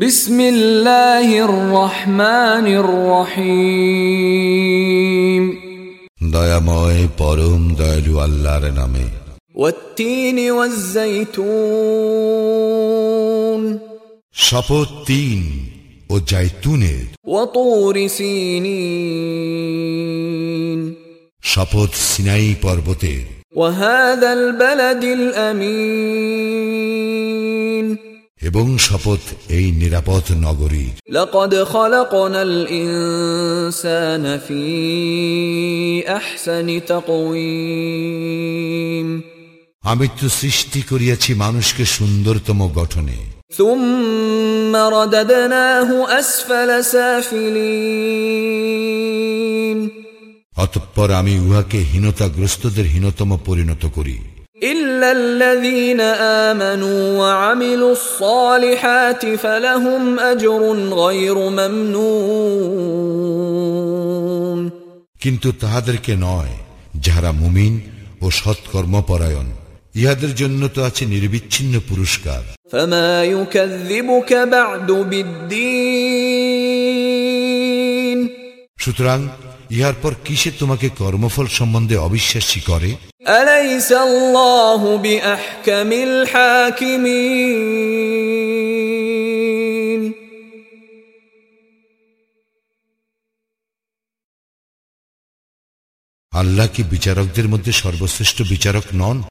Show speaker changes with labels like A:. A: بسم الله الرحمن الرحيم
B: দয়াময় পরম দয়ালু আল্লাহর নামে
A: والتين والزيتون
B: শপথ তিন ও জাইতুনের
A: وطور سينين
B: শপথ সিনাই পর্বতের
A: وهذا البلد الأمين
B: এবং শপথ এই নিরাপদ নগরীর
A: لقد خلقنا الإنسان في أحسن تقويم
B: আমি তো সৃষ্টি করিয়াছি মানুষকে সুন্দরতম গঠনে
A: ثم رددناه أسفل سافلين
B: অতঃপর আমি উহাকে হীনতাগ্রস্তদের হীনতম পরিণত করি
A: إلا الذين آمنوا وعملوا الصالحات فلهم أجر غير ممنون
B: কিন্তু তাহাদেরকে নয় যাহারা মুমিন ও সৎকর্মপরায়ণ ইহাদের জন্য তো আছে নির্বিচ্ছিন্ন পুরস্কার
A: فما يكذبك بعد بالدين
B: সুতরাং ইহার পর কিসে তোমাকে কর্মফল সম্বন্ধে অবিশ্বাসী করে
A: أليس الله بأحكم الحاكمين
B: আল্লাহ কি বিচারকদের মধ্যে সর্বশ্রেষ্ঠ বিচারক নন